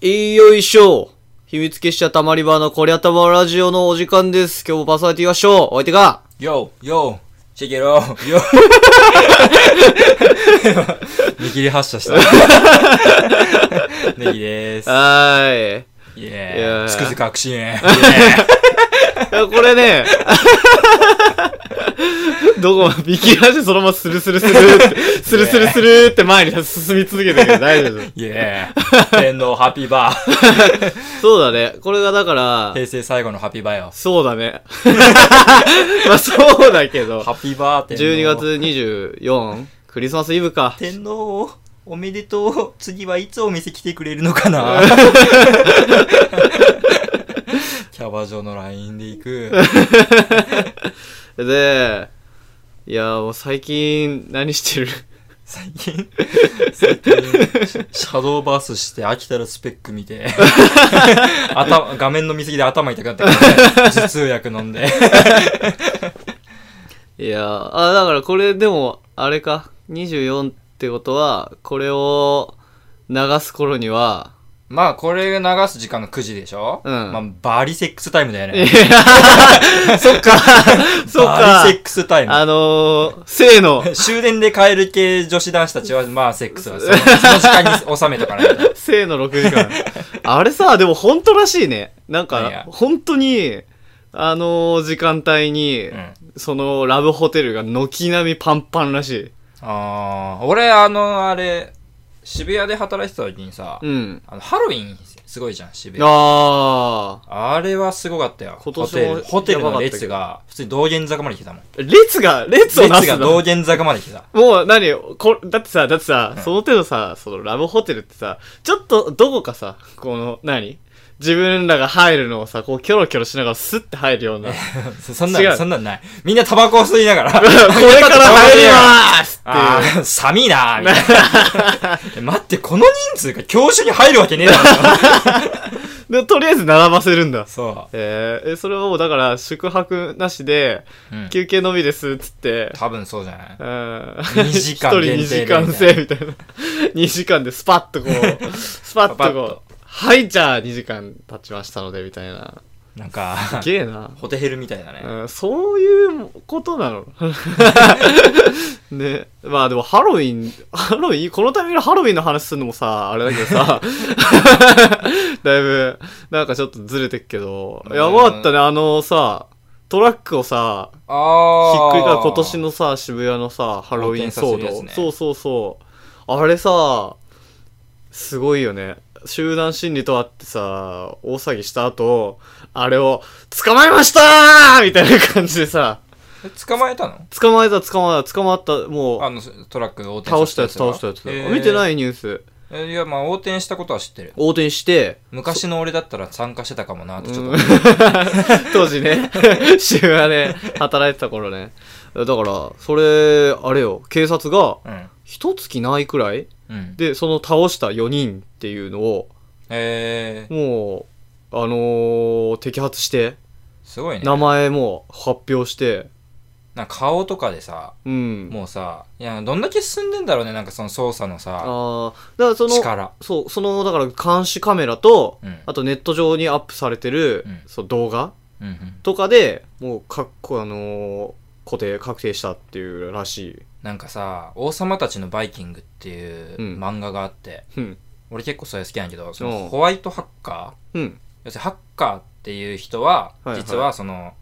いいよいしょ秘密結社たまり場のこりゃたまラジオのお時間です。今日もパーソナリティはショーお相手がようようチェケロ よう見切り発車した。ネギでーす。はーい。イいェやーーイ。つくづく確信。イエーいやこれね、 どこも見切らしてそのままスルスルスルって、スルスルスルって前に進み続けてるけど大丈夫です。イイエーイ。天皇ハッピーバー。そうだね。これがだから、平成最後のハッピーバーよ。そうだね。 まあそうだけどハ、ッピーバー天皇。 12月。24、クリスマスイブか。天皇、おめでとう。次はいつお店来てくれるのかなキャバ嬢の LINE で行く。で、いや、もう最近何してる最近、最近、シャドーバースして飽きたらスペック見て、頭、画面の見過ぎで頭痛くなってくる、頭痛薬飲んで。いや、あ、だからこれでも、あれか、24ってことは、これを流す頃には、まあ、これ流す時間が9時でしょうんまあ、バリセックスタイムだよいやね。 そ っか、そっかバリセ、ックスタイム。あのー、性の、終電で帰る系女子男子たちは、まあ、セックスは そのその時間に収めとかないと。性の6時間。 あれさ、でも本当らしいね。なん何かや、本当に、あのー時間帯に、うんそのラブホテルが軒並みパンパンらしい。あー俺、あの、あれ、渋谷で働いてた時にさ、うん。あのハロウィンすごいじゃん、渋谷。あー。あれはすごかったよ。今年もホテルホテルやばかのったけ列どが、普通に道玄坂まで来 てたもん。列が、列をな列すがの道玄坂まで来てた。 もう何こだってさ、だってさ、その程度さ、そのラブホテルってさ、ちょっとどこかさ、この、何自分らが入るのをさ、こうキョロキョロしながらスッて入るよ うな。こそそん違うな、そんなんない。みんなタバコを吸いなが ら、れから入りますあっていう。ー、寒いなーみたいな え。待って、この人数が教習に入るわけねえだろ。で、とりあえず並ばせるんだ。そえー、えそれはもうだから、宿泊なしで、う。うん。休憩のみです、つって。多分そうじゃないうん。2 2時間限定で1人2時間制みたいな。2時 間でスパッとこ う、スパッパパとッことう、はい、じゃあ2時間経ちましたので、みたいな。なんか、すげえな。ホテヘルみたいだね。うんそういうことなのね。まあでもハロウィン、ハロウィン、このタイミングでハロウィンの話するのもさ、あれだけどさ、だいぶ、なんかちょっとずれてっけど、うんやばかったね、あのさ、トラックをさ、ひっあー。くり返る今年のさ、渋谷のさ、ハロウィン騒横転させるや動。つねそうそうそう。あれさ、すごいよね。集団心理とあってさ、大騒ぎした後、あれを、捕まえましたーみたいな感じでさ、え。捕まえたの捕まえた、捕まえた、捕まった、あもう、の、トラック横転倒したやつ、倒したやつ。見てないいニュース。いや、まあ、横転したことは知ってる。横転して、昔の俺だったら参加してたかもなってちょっとうん 当時ね、 渋谷で働いてた頃ね。だから、それ、あれよ、警察が、うん。一月ないくらいうん。で、その倒した4人っていうのを、えー、もう、あのー摘発して、すごいね。名前も発表して、なんか顔とかでさ、うん。もうさ、いや、どんだけ進んでんだろうね、なんかその操作のさ、ああーだからその、力。そう、その、だから監視カメラと、うんあとネット上にアップされてる、うんそう動画うんうん。とかで、もう、かっこ、あのー固定、確定したっていうらしい。なんかさ、王様たちのバイキングっていううん漫画があって、うん。俺結構それ好きなんやけど、そおうのホワイトハッカーうん。要するにハッカーっていう人ははいは、い実はその、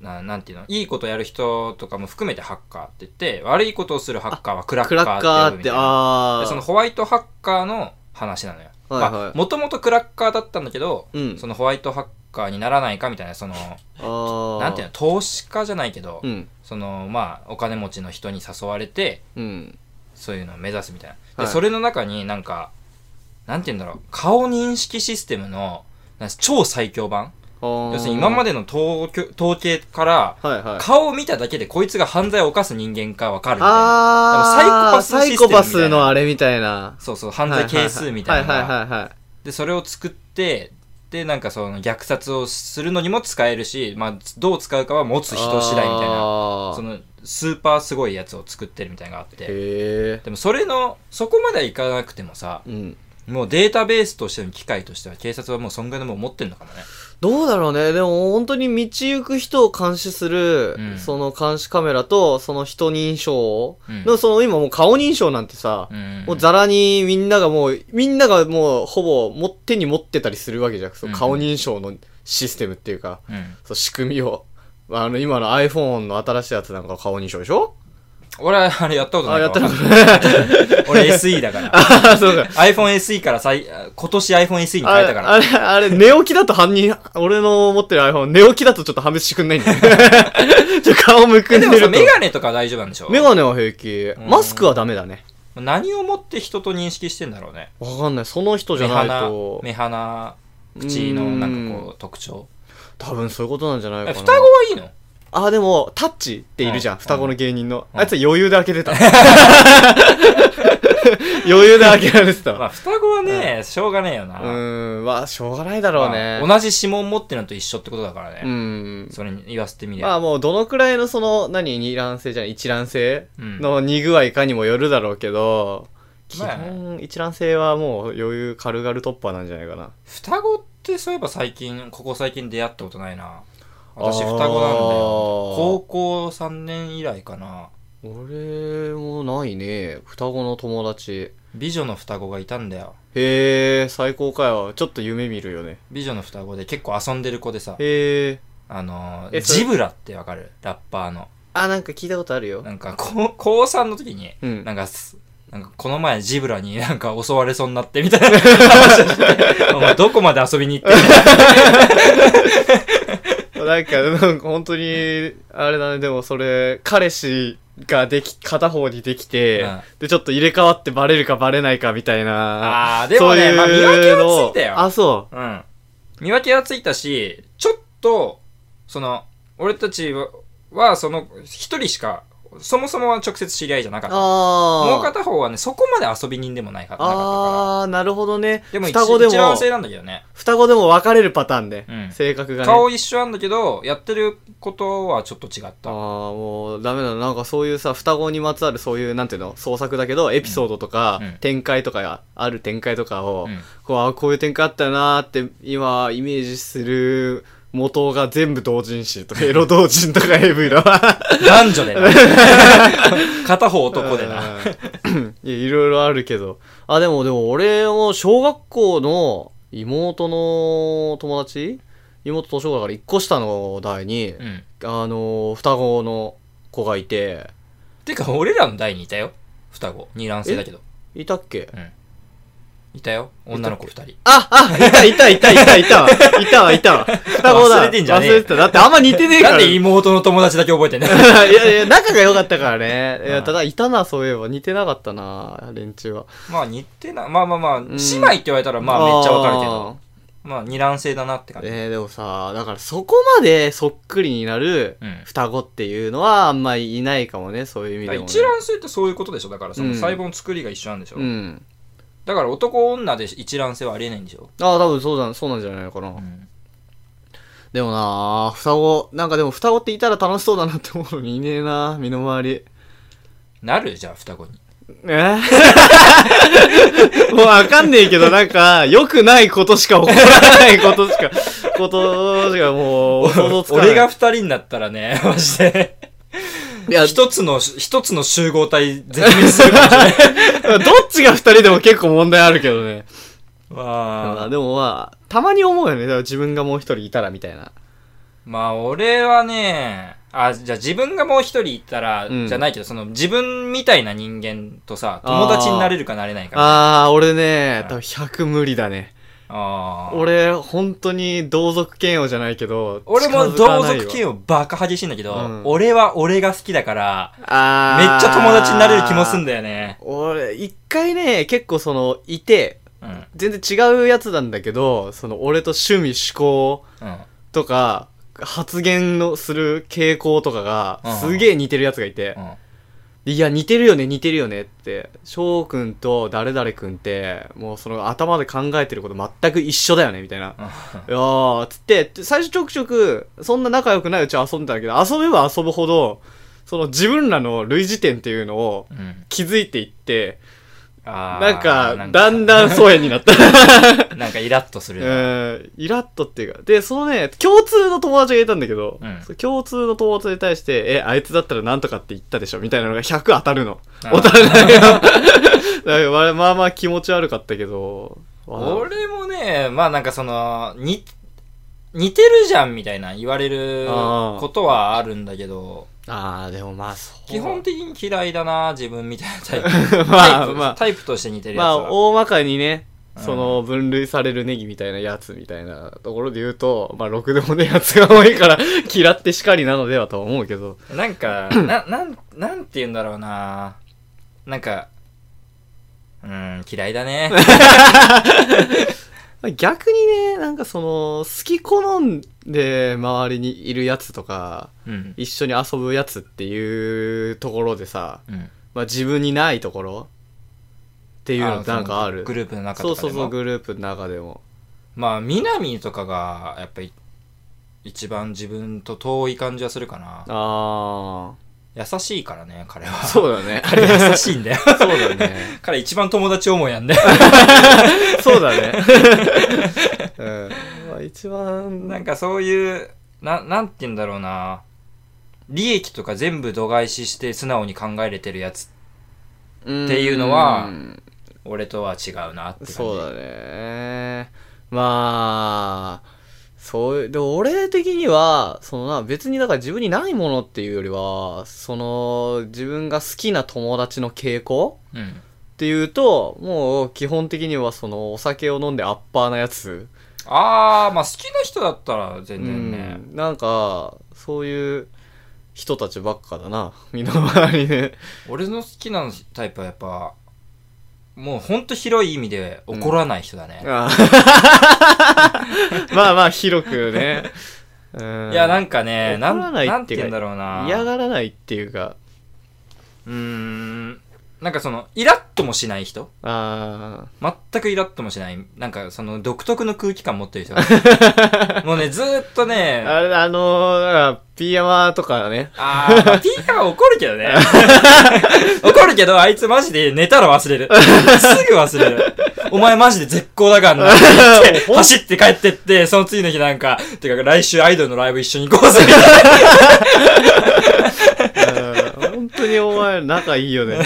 ななんていうのいいことやる人とかも含めてハッカーって言って、悪いことをするハッカーはクラクッカラーッって呼カーぶっみて、たいな。ああでそのホワイトハッカーの話なのよ。はいはいもともとクラッカーだったんだけど、うんそのホワイトハッカーにならないかみたいな、その、ああなんていうの、投資家じゃないけど、うん。その、まあ、お金持ちの人に誘われて、うん。そういうのを目指すみたいな。で、はいそれの中になんか、なんていうんだろう、顔認識システムの、なんか超最強版要要するに今までの統計統計から、で、はいはい。顔を見ただけでこいつが犯罪を犯す人間かわかるみたいあーな。でもサイコパスシステムみたいなサイコパスのあれみたいな。そうそう、犯罪係数みたいなのが。はいはいはいはい。でそれを作ってでなんかその虐殺をするのにも使えるし、まあ、どう使うかは持つ人次第みたいななそのスーパーすごいやつを作ってるみたいなのがあってへえ。でもそれのそこまではいかなくてもさうん。もうデータベースとしての機械としては警察はもう損害のもの持ってんのかもね。どうだろうね。でも本当に道行く人を監視する、うんその監視カメラと、その人認証、うんの、その今もう顔認証なんてさ、うん。もうザラにみんながもう、みんながもうほぼ持手に持ってたりするわけじゃん。その顔認証のシステムっていうか、うん。そう仕組みを。あの、今の iPhone の新しいやつなんか顔認証でしょ俺はあれやったことなあ、いやったのかから俺 SE だか ら。ら。そうか。 iPhone SE から最、今年 iPhone SE にあ変えれ、たから。あれ、あれ寝起きだと犯人、俺の持ってる iPhone、寝起きだとちょっと判別してくんない んだよ。ちょっと顔むくえんででもるさ、と。メガネとかは大丈夫なんでしょメガネは平気。んマスクはダメだね。何をもって人と認識してんだろうね。わかんない。その人じ目ゃない鼻と、。目鼻、口のなんかこう特徴。多分そういうことなんじゃないえかな。双子はいいのあ、でも、タッチっているじゃん。うん双子の芸人の。うんあいつは余裕で開けて た。余裕で開けられてたまわ。あ双子はね、しょうがねえよな。うーん、まあ、しょうがないだろうね。まあ同じ指紋持ってるのと一緒ってことだからね。うん。それに言わせてみりゃ。まあもうどのくらいのその、何、二卵性じゃない、一卵性うんの似具合かにもよるだろうけど、基まあね本一卵性はもう余裕軽々突破なんじゃないかな。双子ってそういえば最近、ここ最近出会ったことないな。私双子なんだあー。よ高校3年以来かな。俺もないね。双子の友達。美女の双子がいたんだよ。へえ、最高かよ。ちょっと夢見るよね。美女の双子で結構遊んでる子でさ、へえ。あのーえそれジブラってわかるラッパーの。あ、なんか聞いたことあるよ。なんか、高高3の時に、うんなんかす、なんかこの前ジブラになんか襲われそうになってみたいな話をして、お前どこまで遊びに行ってんだなんか、うん本当に、あれだね、でもそれ、彼氏ができ、片方にできて、 うんで、ちょっと入れ替わってバレるかバレないかみたいな。あー、でもそうね、いうまあ見分けはついたよ。あ、そうん。見分けはついたし、ちょっと、その、俺たちは、はその、一人しか、そもそもは直接知り合いじゃなかう。った。ああ。もう片方はね、そこまで遊び人でもないかなかったかああ、なるほどね。ら。でも一双子で一卵も、性なんだけどね。双子でも分かれるパターンで、うん性格がね。顔一緒なんだけど、やってることはちょっと違っあた。あ、もうダメだな。なんかそういうさ、双子にまつわるそういう、なんていうの、創作だけど、エピソードとか、うん展開とかが、ある展開とかを、うんこうあこういう展開あったよなーって今イメージする元が全部同人誌とかエロ同人とか AV だわ男女で な。片方男でな。うんいやいろいろあるけどあでもでも俺も小学校の妹の友達妹年子だから1個下の代に、うん。あの双子の子がいててか、俺らの代にいたよ。双子。二卵性だけど。いたっけいたよ。女の子二人。あ、あ、いた、いた、いた、いた、いたわ。いたわ、いたわ。双子だ。忘れてんじゃねえ忘れてた。だってあんま似てねえかなら。んで妹の友達だけ覚えてんのいやいや、仲が良かったからね。いあや、あただ、いたな、そういえば。似てなかったな、連中は。まあ似てな、まあまあまあ、ん姉妹って言われたらまあめっちゃわかるけど、まあ二卵性だなって感あー。じ。えー、でもさ、だからそこまでそっくりになるうん双子っていうのはあんまりいないかもね、そういう意味でも、ね。一卵性ってそういうことでしょだからそうのん細胞の作りが一緒なんでしょ、うん。だから男女で一卵性はありえないんでしょ、ああ、多分そうだ、そうなんじゃないのかな。でもなー、双子、なんかでも双子っていたら楽しそうだなって思うのにいねえな、身の回り。なるじゃあ双子に。え もうわかんねえけど、なんか、良くないことしか起こらないことしか、 ことしかもう、想像つかない。俺が二人になったらね、 マジで。いや、ど一つの、一つの集合体全滅するかもしれない。っちが二人でも結構問題あるけどね。ままああ、でもまあ、たまに思うよね。だから自分がもう一人いたらみたいな。まあ俺はね、あ、じゃあ自分がもう一人いたら、うんじゃないけど、その自分みたいな人間とさ、友達になれるかなれないか。あー、俺ねう、ん多分100無理だね。あー俺、本当に同族嫌悪じゃないけど、俺も近づか同ないわ族嫌悪バカ激しいんだけど、うん俺は俺が好きだから、めっあーちゃ友達になれる気もすんだよね。俺、一回ね、結構その、いて、うん。うん。全然違うやつなんだけど、その俺と趣味思考とか、発言のする傾向とかがうん、すげえ似てるやつがいてう、ん。いや、似てるよね、似てるよねって、翔くんと誰々くんって、もうその頭で考えてること全く一緒だよね、みたいな。いやー、つって、最初ちょくちょく、そんな仲良くないうちは遊んでたんだけど、遊べば遊ぶほど、その自分らの類似点っていうのをうん。気づいていって、あーなんか、だんだん疎遠にな った。なんかイラッとするよね。うん、イラッとっていうか。で、そのね、共通の友達がいたんだけど、うんその共通の友達に対して、え、あいつだったらなんとかって言ったでしょみたいなのが100当たるの。あーお互いが。だからまあまあ気持ち悪かったけど。俺もね、まあなんかその、に、似てるじゃんみたいな言われるあーことはあるんだけど、ああ、でもまあそう。基本的に嫌いだな、自分みたいなタイプ。 まあタイプまあタイプとして似てるやつまあ、は。大まかにね、うんその分類されるネギみたいなやつみたいなところで言うと、まあ、ろくでもねえやつが多いから、 嫌ってしかりなのではとは思うけど。な んか、な、なん、なんて言うんだろうな。なんか、うん、嫌いだね。 まあ逆にね、なんかその、好き好んで周りにいるやつとか、うん。一緒に遊ぶやつっていうところでさ、うん。まあ、自分にないところっていうのってなんかあのる。グループの中そとうかでそもうそう、グループの中でも。まあ、南とかが、やっぱり、一番自分と遠い感じはするかな。あ優しいからね、 彼あ。は。そうだね。彼優しいんだよ。 そうだね。彼一番友達思いやんで。そうだ ね。うん。まあ、一番、 なんかそういう、な、なんて言うんだろうな。利益とか全部度外視して素直に考えれてるやつ、っていうのは俺とは違うなって感じ。そうだね。まあ、そういう、でも俺的には、そのな、別にだから自分にないものっていうよりは、その、自分が好きな友達の傾向うん。っていうと、もう基本的にはその、お酒を飲んでアッパーなやつ。あー、まあ好きな人だったら全然ね。うん、なんか、そういう人たちばっかだな。 身の回りで。俺の好きなタイプはやっぱ、もうほんと広い意味で怒らない人だね。あ あまあまあ、広くね。うんいや、なんかね、な怒らんないっていうかなんて言うんだろうな。嫌がらないっていうか、うーん。なんかその、イラッともしない人あ全くイラッともしない。なんか、その、独特の空気感持って る人が。もうね、ずーっとあ、ね、ああれ、あのー、だから、ピーヤマとかね。ー、まあ、ピーカは怒るけ どね。怒るけど、あいつマジで寝たら忘れる。すぐ忘れる。お前マジで絶好だから な。って言って走って帰ってって、その次の日なんか、てか来週アイドルのライブ一緒に行こうぜ。 うん本当にお前、仲いいよね。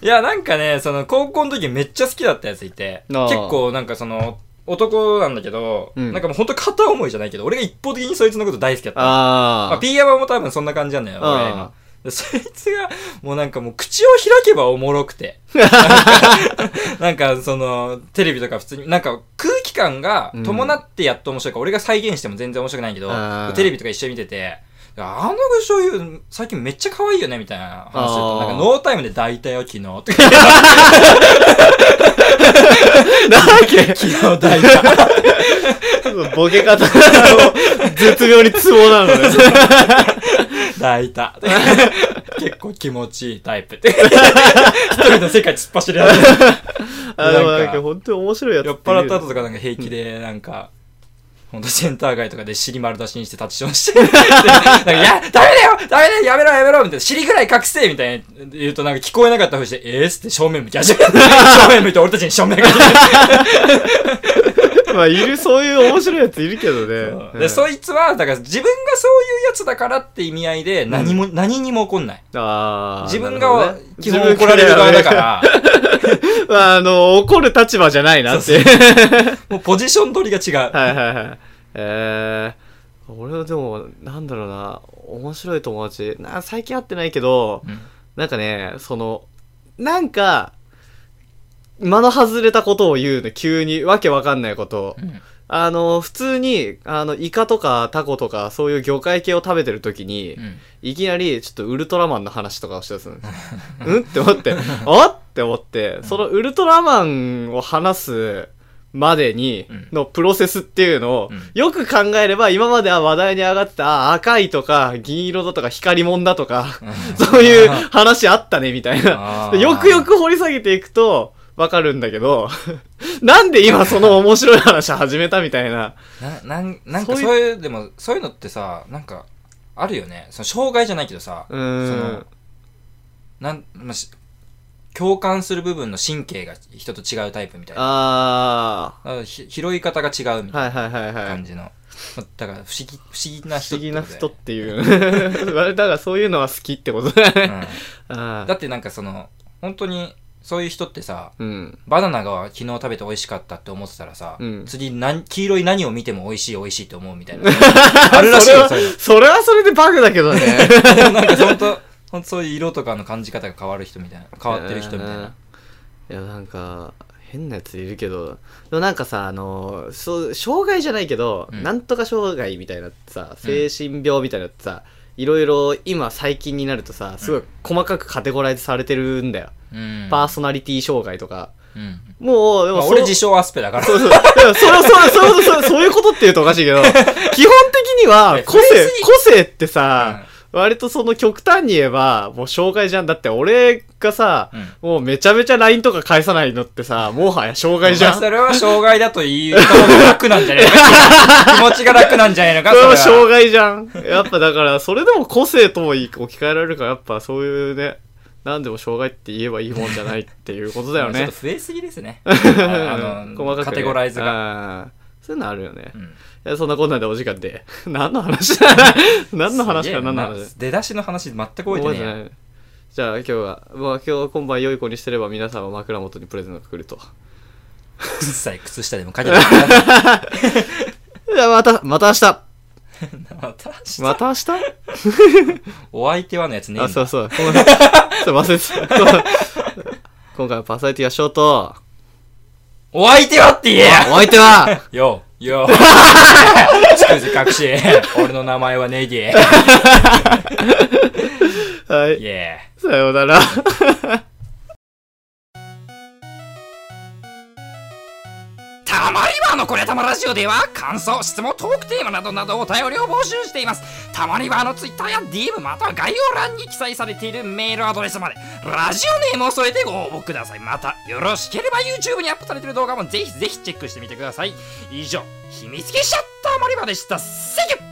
いや、なんかね、その、高校の時めっちゃ好きだったやついて、ああ結構なんかその、男なんだけど、うんなんかもうほんと片思いじゃないけど、俺が一方的にそいつのこと大好きだった。まあ、あ P ヤマも多分そんな感じなんだよ、ああ俺のでそいつが、もうなんかもう口を開けばおもろく て。なんか、なんかその、テレビとか普通に、なんか空気感がうん伴ってやっと面白いから、俺が再現しても全然面白くないけどああ、テレビとか一緒に見てて、あの醤油、最近めっちゃ可愛いよね、みたいな話してああて、なんかノータイムで抱いたよ、昨日。 とかあ、なんだっけ昨日抱いた。ボケ方が、絶妙にツボな のね。抱 いた。結構気持ちいいタイプ。 一人の世界突っ走りやる。あでもなんなんか、か本当に面白いやつ酔っ払った後とかなんか平気で、なんか、ほんとセンター街とかで尻丸出しにして立ちションして、 でなんか、いや、ダメだよダメだよやめろやめろみたいな、尻ぐらい隠せみたいな言うとなんか聞こえなかったふうして、えーっつって正面向き始 める。正面向いて俺たちに正面向き始ていう まあ、いる、そういう面白いやついるけどめね。る。うんで、そいつは、だから自分がそういうやつだからって意味合いで、何も、何にも怒んない。ああ。自分なるほがどね基本怒られる側だか。ら、自分まあ、あの、怒る立場じゃないなっていう。もうポジション取りが違う。 はいはいはい。えー、俺はでも、なんだろうな、面白い友達、な最近会ってないけど、うんなんかね、その、なんか、間の外れたことを言うの、急に、わけわかんないことを。うんあの、普通に、あの、イカとかタコとか、そういう魚介系を食べてる時に、うんいきなり、ちょっとウルトラマンの話とかをしだすの うんって思って、あって思って、そのウルトラマンを話すまでにうん、のプロセスっていうのをうん、よく考えれば、今までは話題に上がってた、あ赤いとか、銀色だとか、光もんだとか、 そういう話あったね、みたいなあ。ーよくよく掘り下げていくと、わかるんだけど、 なんで今その面白い話始めたみたいな。ななんなんかそうそういういうでもそういうのってさなんかあるよねその障害じゃないけどさうそーのん。なん、まあし共感する部分の神経が人と違うタイプみたいな。ああひ拾い方が違うみー。たいはいはいはいなはい感。じの。まだから不思議、不思議な不人思議なって人こっとていう。 だからそういうのは好きってことだだね。よねあうんだーってなんかその、本当にそういう人ってさ、うん。バナナが昨日食べて美味しかったって思ってたらさ、うん次何、黄色い何を見ても美味しい美味しいって思う みたいな。あるらしいそよ、それういは、それはそれでバグだけ どね。うのなんか本当本当そういう色とかの感じ方が変わる人みたいな。変わってる人みたいな。えー。いや、なんか、変なやついるけど、でもなんかさ、あの、そう、障害じゃないけど、うんなんとか障害みたいなってさ、精神病みたいなのってさ、いろいろ今最近になるとさ、すごい細かくカテゴライズされてるんだよ。うん。パーソナリティ障害とか。うん。もう、でまもあ、そ俺自称アスペだから。そうそう。いやそれ、それ、それ、それ、そういうことって言うとおかしい けど、基本的には、個触れ性す、ぎ個性ってさ、割とその極端に言えば、もう障害じゃん。だって俺がさ、うんもうめちゃめちゃ LINE とか返さないのってさ、もはや障害じゃん。まあそれそれは障害だと言う方が楽なんじゃないの か気持ちが楽なんじゃないのかはそれは障害じゃん。やっぱだから、それでも個性とも置き換えられるから、やっぱそういうね、何でも障害って言えばいいもんじゃないっていうことだよちょっねと。増えすぎです ね。うあんの、カテゴライズが。が。そういうのあるよね。うんいやそんなこんなでお時間で。何の話だ何の話か何の話だすげえな出だしの話全く覚えて覚えないてやない。じゃあ今日は、まあ、今日は今晩良い子にしてれば皆さんは枕元にプレゼントが来ると。くっさい靴下でもかけ てくださいじゃあまた、また明日また明日また明日 お相手はのやつねえんあ、だそうそう。このそう忘れてた。今回はパーソナリティがショート。お相手はって言えお相手は、やようよ うつくづ隠し俺の名前はネギイはい。エーさようなら。たまり場のこりゃたまラジオでは感想、質問、トークテーマなどなどお便りを募集しています。たまり場のツイッターや DM または概要欄に記載されているメールアドレスまでラジオネームを添えてご応募ください。またよろしければ YouTube にアップされている動画もぜひぜひチェックしてみてください。以上、秘密結社たまり場でした。Thank you!